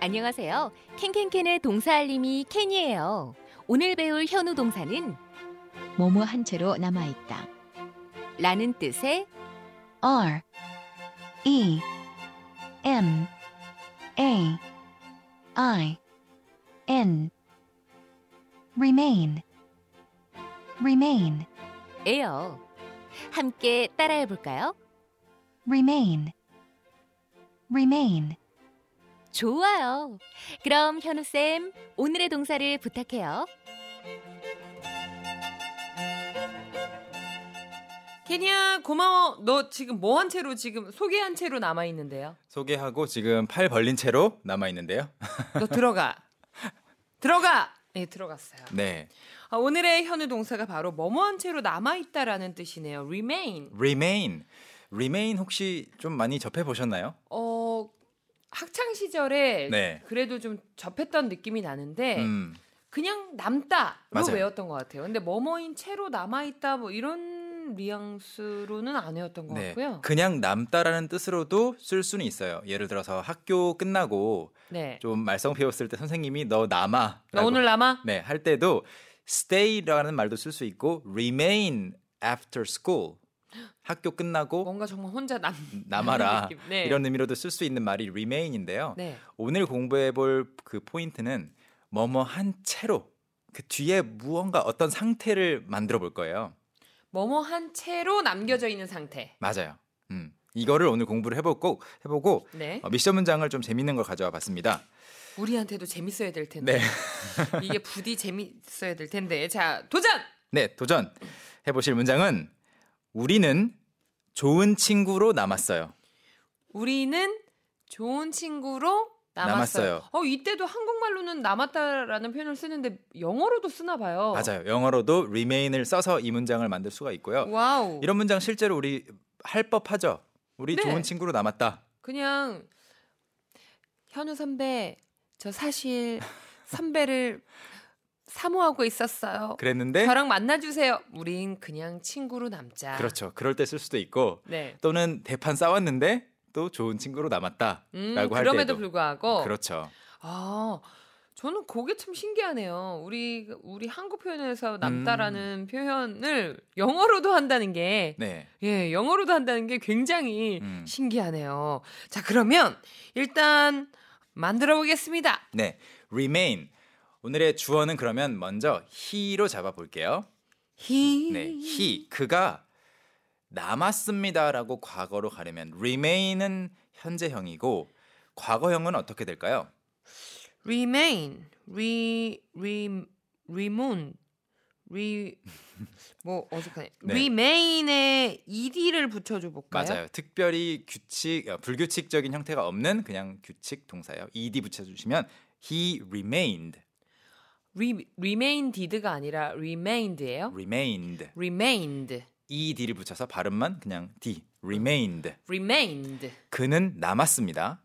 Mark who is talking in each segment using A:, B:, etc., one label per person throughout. A: 안녕하세요. 캔캔캔의 동사 알림이 캔이에요. 오늘 배울 현우 동사는
B: 뭐뭐 한 채로 남아있다.
A: 라는 뜻의
B: R E M A I N remain remain
A: 에요. 함께 따라해 볼까요?
B: remain remain
A: 좋아요. 그럼 현우쌤, 오늘의 동사를 부탁해요.
C: 케냐 고마워. 너 지금 뭐 한 채로 지금 소개한 채로 남아 있는데요.
D: 소개하고 지금 팔 벌린 채로 남아 있는데요.
C: 너 들어가. 들어가. 네 들어갔어요.
D: 네,
C: 아, 오늘의 현우 동사가 바로 뭐뭐한 채로 남아 있다라는 뜻이네요. remain.
D: remain, remain 혹시 좀 많이 접해 보셨나요?
C: 어 학창 시절에
D: 네.
C: 그래도 좀 접했던 느낌이 나는데
D: 음,
C: 그냥 남다로
D: 맞아요.
C: 외웠던 것 같아요. 근데 뭐뭐인 채로 남아 있다 뭐 이런 뉘앙스로는 안 외웠던 것
D: 네,
C: 뭐 같고요.
D: 그냥 남다라는 뜻으로도 쓸 수는 있어요. 예를 들어서 학교 끝나고
C: 네.
D: 좀 말썽 피웠을 때 선생님이 너 남아.
C: 너 오늘 남아?
D: 네, 할 때도 stay라는 말도 쓸 수 있고 remain after school. 학교 끝나고
C: 뭔가 정말 혼자 남
D: 남아라.
C: 어? 느낌. 네.
D: 이런 의미로도 쓸 수 있는 말이 remain인데요.
C: 네.
D: 오늘 공부해 볼 그 포인트는 뭐뭐 한 채로 그 뒤에 무언가 어떤 상태를 만들어 볼 거예요.
C: 뭐뭐한 채로 남겨져 있는 상태.
D: 맞아요. 음. 이거를 오늘 공부를 해보고 해보고
C: 네.
D: 어, 미션 문장을 좀 재밌는 걸 가져와 봤습니다.
C: 우리한테도 재밌어야 될 텐데.
D: 네.
C: 이게 부디 재밌어야 될 텐데. 자, 도전!
D: 네, 도전. 해 보실 문장은 우리는 좋은 친구로 남았어요.
C: 우리는 좋은 친구로 남았어요.
D: 남았어요.
C: 어, 이때도 한국말로는 남았다라는 표현을 쓰는데 영어로도 쓰나 봐요.
D: 맞아요. 영어로도 remain을 써서 이 문장을 만들 수가 있고요.
C: 와우.
D: 이런 문장 실제로 우리 할 법하죠. 우리
C: 네.
D: 좋은 친구로 남았다.
C: 그냥 현우 선배, 저 사실 선배를 사모하고 있었어요.
D: 그랬는데
C: 저랑 만나 주세요. 우린 그냥 친구로 남자.
D: 그렇죠. 그럴 때 쓸 수도 있고
C: 네.
D: 또는 대판 싸웠는데 또 좋은 친구로 남았다라고
C: 음,
D: 할
C: 그럼에도
D: 때도
C: 불구하고
D: 그렇죠.
C: 아, 저는 그게 참 신기하네요. 우리 우리 한국 표현에서 남다라는 표현을 영어로도 한다는 게
D: 음. 네.
C: 예, 영어로도 한다는 게 굉장히
D: 음.
C: 신기하네요. 자, 그러면 일단 만들어 보겠습니다.
D: 네. remain 오늘의 주어는 그러면 먼저 he로 잡아 볼게요.
C: He.
D: 네. he 그가 남았습니다라고 과거로 가려면 remain은 현재형이고 과거형은 어떻게 될까요?
C: remain. re re remain. re 뭐 어색하네.
D: 네.
C: remain에 ed를 붙여 줘 볼까요?
D: 맞아요. 특별히 규칙 어, 불규칙적인 형태가 없는 그냥 규칙 동사예요. ed 붙여 주시면 he remained.
C: re, remain did가 아니라 remained예요.
D: remained.
C: remained,
D: ed를 붙여서 발음만 그냥 d remained.
C: remained.
D: 그는 남았습니다.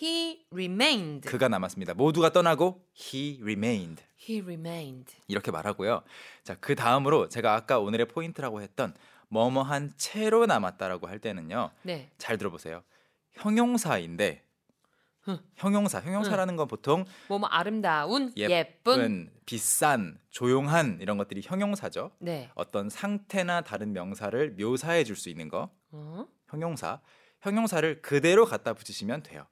C: He remained.
D: 그가 남았습니다. 모두가 떠나고 he remained
C: He remained.
D: 이렇게 말하고요. 자, 그 다음으로 제가 아까 오늘의 포인트라고 했던 뭐뭐한 채로 남았다라고 할 때는요.
C: 네.
D: 잘 들어보세요. 형용사인데
C: 흥.
D: 형용사, 형용사라는 건 보통
C: 뭐뭐 아름다운,
D: 예-
C: 예쁜.
D: 은, 비싼, 조용한 이런 것들이 형용사죠.
C: 네.
D: 어떤 상태나 다른 명사를 묘사해 줄 수 있는 거
C: 어?
D: 형용사. 형용사를 그대로 갖다 붙이시면 돼요.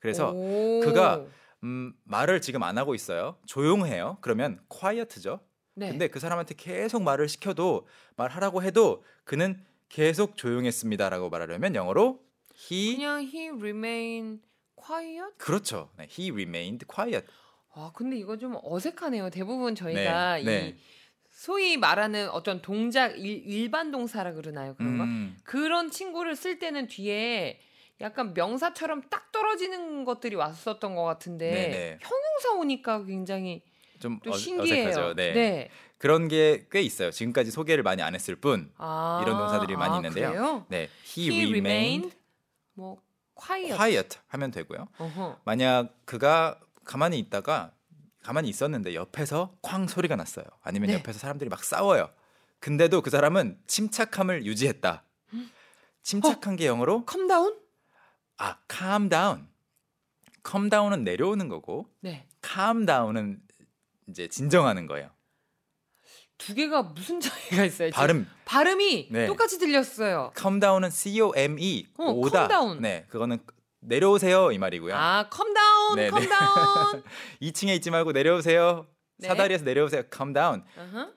D: 그래서
C: 오.
D: 그가 음, 말을 지금 안 하고 있어요. 조용해요. 그러면 quiet죠.
C: 네.
D: 근데 그 사람한테 계속 말을 시켜도 말하라고 해도 그는 계속 조용했습니다라고 말하려면 영어로 he
C: 그냥 he remain quiet.
D: 그렇죠. 네, he remained quiet.
C: 아 근데 이거 좀 어색하네요. 대부분 저희가
D: 네,
C: 이
D: 네.
C: 소위 말하는 어떤 동작 일, 일반 동사라 그러나요 그런 거?
D: 음,
C: 그런 친구를 쓸 때는 뒤에 약간 명사처럼 딱 떨어지는 것들이 왔었던 것 같은데
D: 네, 네.
C: 형용사 오니까 굉장히
D: 좀
C: 또
D: 어,
C: 신기해요.
D: 어색하죠. 네. 그런 게 꽤 있어요. 지금까지 소개를 많이 안 했을 뿐.
C: 아,
D: 이런 동사들이 많이
C: 아,
D: 있는데요.
C: 그래요?
D: 네,
C: He,
D: he, remained,
C: remained 뭐 quiet.
D: quiet 하면 되고요.
C: 어허.
D: 만약 그가 가만히 있다가 가만히 있었는데 옆에서 쾅 소리가 났어요. 아니면
C: 네.
D: 옆에서 사람들이 막 싸워요. 근데도 그 사람은 침착함을 유지했다. 침착한 게 영어로
C: 컴다운?
D: 아 calm down. come down은 내려오는 거고
C: 네.
D: calm down은 이제 진정하는 거예요.
C: 두 개가 무슨 차이가 있어요? 지금?
D: 발음
C: 발음이
D: 네.
C: 똑같이 들렸어요.
D: come down은 c o m e
C: 어, come
D: 오다.
C: down.
D: 네, 그거는 내려오세요 이 말이고요.
C: 아, 컴 다운,
D: 네,
C: 컴
D: 네.
C: 다운.
D: 2층에 있지 말고 내려오세요.
C: 네.
D: 사다리에서 내려오세요. come down.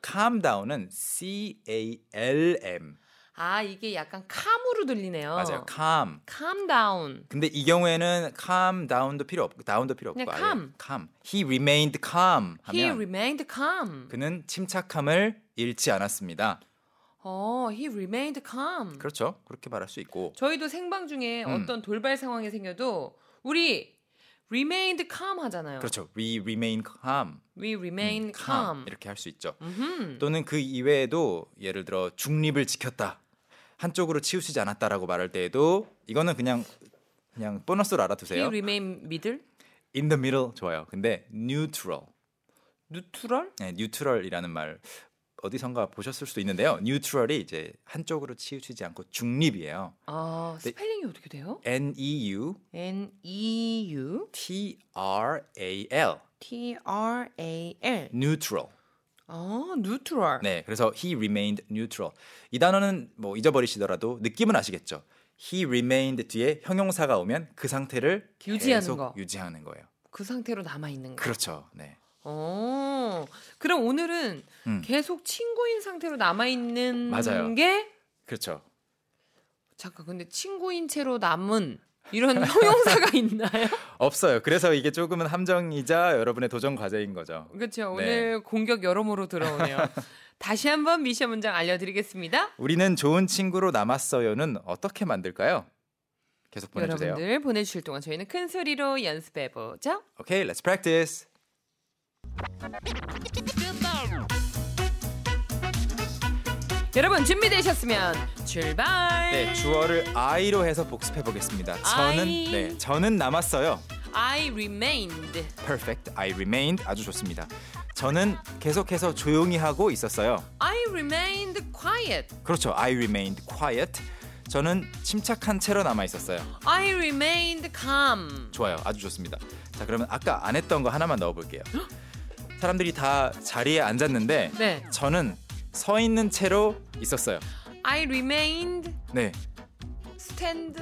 D: calm down은 c a l m
C: 아, 이게 약간 캄으로 들리네요.
D: 맞아요. calm.
C: 캄 다운.
D: 근데 이 경우에는 calm down도 필요 없고 down도 필요 없고
C: 그냥
D: 아예
C: 네, calm.
D: calm. He remained calm
C: He
D: 하면
C: remained calm.
D: 그는 침착함을 잃지 않았습니다.
C: 어, he remained calm.
D: 그렇죠? 그렇게 말할 수 있고
C: 저희도 생방 중에
D: 음.
C: 어떤 돌발 상황이 생겨도 우리 remained calm 하잖아요.
D: 그렇죠. We remain calm.
C: We remain
D: 음,
C: calm.
D: 이렇게 할 수 있죠.
C: 음흠.
D: 또는 그 이외에도 예를 들어 중립을 지켰다. 한쪽으로 치우치지 않았다라고 말할 때에도 이거는 그냥 그냥 보너스로
C: He
D: 알아두세요.
C: remain middle?
D: In the middle 좋아요. 근데 neutral.
C: neutral?
D: 네, 뉴트럴이라는 말 어디선가 보셨을 수도 있는데요. 뉴트럴이 이제 한쪽으로 치우치지 않고 중립이에요.
C: 아,
D: 네.
C: 스펠링이 어떻게 돼요?
D: N E U
C: N E U
D: T R A L
C: T R A L.
D: neutral.
C: 아, neutral.
D: 네, 그래서 he remained neutral. 이 단어는 뭐 잊어버리시더라도 느낌은 아시겠죠. he remained 뒤에 형용사가 오면 그 상태를
C: 유지하는
D: 계속
C: 거.
D: 유지하는 거예요.
C: 그 상태로 남아 있는 거.
D: 그렇죠. 네.
C: 어. 그럼 오늘은
D: 음.
C: 계속 친구인 상태로 남아 있는
D: 맞아요.
C: 게
D: 그렇죠.
C: 잠깐 근데 친구인 채로 남은 이런 형용사가 있나요?
D: 없어요. 그래서 이게 조금은 함정이자 여러분의 도전 과제인 거죠.
C: 그렇죠. 오늘 공격 여러모로 들어오네요. 다시 한번 미션 문장 알려드리겠습니다.
D: 우리는 좋은 친구로 남았어요는 어떻게 만들까요? 계속 보내주세요.
C: 여러분들 보내주실 동안 저희는 큰 소리로 연습해보죠.
D: Okay, let's practice.
C: 여러분 준비되셨으면 출발.
D: 네, 주어를 I로 해서 복습해 보겠습니다. 저는
C: I.
D: 네, 저는 남았어요.
C: I remained.
D: Perfect. I remained 아주 좋습니다. 저는 계속해서 조용히 하고 있었어요.
C: I remained quiet.
D: 그렇죠. I remained quiet. 저는 침착한 채로 남아 있었어요.
C: I remained calm.
D: 좋아요. 아주 좋습니다. 자, 그러면 아까 안 했던 거 하나만 넣어 볼게요. 사람들이 다 자리에 앉았는데
C: 네.
D: 저는 서 있는 채로 있었어요.
C: I remained
D: 네.
C: stand.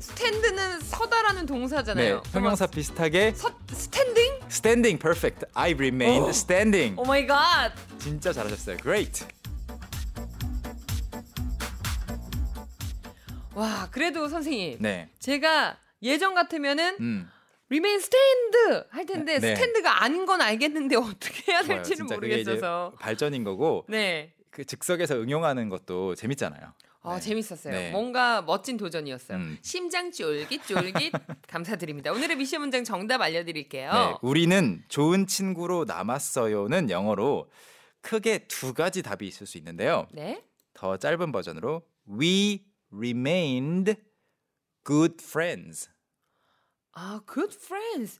C: 스탠드는 서다라는 동사잖아요.
D: 네. 형용사 비슷하게
C: 서, 스탠딩?
D: standing perfect. I remained
C: 오.
D: standing.
C: 오 마이 갓.
D: 진짜 잘하셨어요. Great.
C: 와, 그래도 선생님.
D: 네.
C: 제가 예전 같으면은
D: 음.
C: remain stand 할 텐데
D: 네.
C: 스탠드가 아닌 건 알겠는데 어떻게 해야
D: 좋아요.
C: 될지는
D: 진짜 그게 이제
C: 모르겠어서.
D: 발전인 거고
C: 네.
D: 그 즉석에서 응용하는 것도 재밌잖아요.
C: 아,
D: 네.
C: 재밌었어요.
D: 네.
C: 뭔가 멋진 도전이었어요.
D: 음.
C: 심장 쫄깃쫄깃 감사드립니다. 오늘의 미션 문장 정답 알려드릴게요.
D: 네, 우리는 좋은 친구로 남았어요는 영어로 크게 두 가지 답이 있을 수 있는데요.
C: 네.
D: 더 짧은 버전으로 we remained good friends.
C: 아, good friends.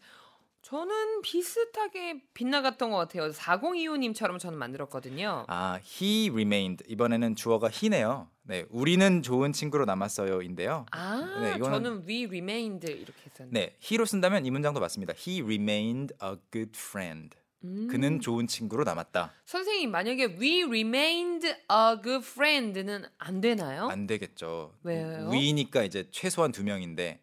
C: 저는 비슷하게 빗나갔던 것 같아요. 4025님처럼 저는 만들었거든요.
D: 아, he remained 이번에는 주어가 he네요. 네, 우리는 좋은 친구로 남았어요인데요.
C: 아,
D: 네, 이거는-
C: 저는 we remained 이렇게 했었는데.
D: 네, he로 쓴다면 이 문장도 맞습니다. he remained a good friend.
C: 음.
D: 네. 그는 좋은 친구로 남았다.
C: 선생님 만약에 we remained a good friend는 안 되나요?
D: 안 되겠죠.
C: 어? 왜요?
D: 위니까 이제 최소한 두 명인데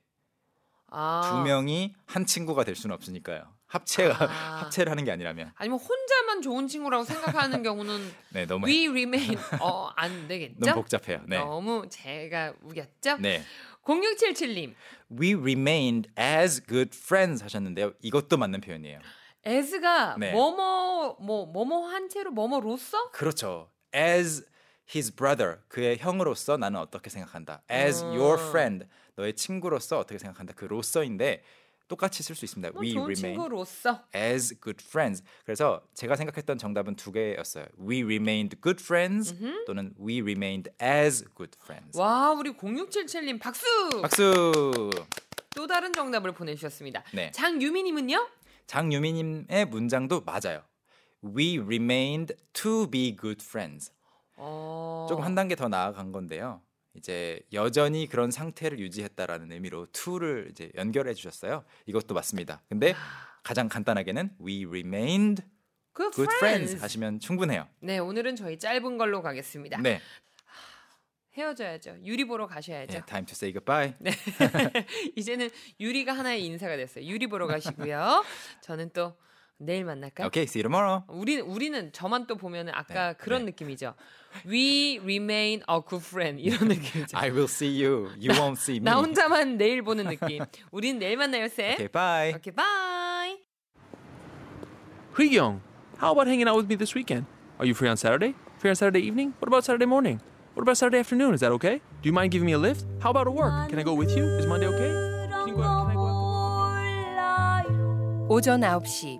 C: 아,
D: 두 명이 한 친구가 될 수는 없으니까요. 합체가
C: 아.
D: 합체를 하는 게 아니라면
C: 아니면 혼자만 좋은 친구라고 생각하는 경우는
D: 네 너무
C: we remain 어안 되겠죠?
D: 너무 복잡해요. 네.
C: 너무 제가 우겼죠?
D: 네.
C: 0677님
D: We remained as good friends 하셨는데요. 이것도 맞는 표현이에요.
C: 에스가
D: 네.
C: 뭐뭐 뭐 뭐뭐 한 채로 뭐뭐로서
D: 그렇죠. As his brother 그의 형으로서 나는 어떻게 생각한다. As
C: 음.
D: your friend 너의 친구로서 어떻게 생각한다. 그 로서인데 똑같이 쓸 수 있습니다.
C: 뭐
D: We
C: 좋은
D: remain
C: 친구로서
D: as good friends. 그래서 제가 생각했던 정답은 두 개였어요. We remained good friends 또는 we remained as good friends.
C: 와 우리 0677님 박수!
D: 박수.
C: 또 다른 정답을 보내주셨습니다.
D: 네.
C: 장유미님은요?
D: 장유미님의 문장도 맞아요. We remained to be good friends.
C: 어...
D: 조금 한 단계 더 나아간 건데요. 이제 여전히 그런 상태를 유지했다라는 의미로 to를 이제 연결해 주셨어요. 이것도 맞습니다. 근데 가장 간단하게는 we remained
C: Good,
D: good
C: friends.
D: friends 하시면 충분해요.
C: 네, 오늘은 저희 짧은 걸로 가겠습니다.
D: 네,
C: 헤어져야죠. 유리 보러 가셔야죠. 네.
D: 예, time to say goodbye.
C: 이제는 유리가 하나의 인사가 됐어요. 유리 보러 가시고요. 저는 또 내일 만날까요?
D: Okay, see you tomorrow.
C: 우리 우리는 저만 또 보면은 아까
D: 네,
C: 그런
D: 네.
C: 느낌이죠. We remain a good friend 이런 느낌이죠.
D: I will see you. You won't see me.
C: 나 혼자만 내일 보는 느낌. 우린 내일 만나요, 쌤.
D: Okay, bye.
C: 오케이, 바이.
E: Young, how about hanging out with me this weekend? Are you free on Saturday? Free on Saturday evening? What about Saturday morning? What about Saturday afternoon? Is that okay? Do you mind giving me a lift? How about a work? Can I go with you? Is Monday okay? Can you go out- can I go out-
F: 오전 9시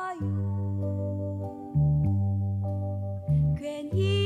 G: 괜히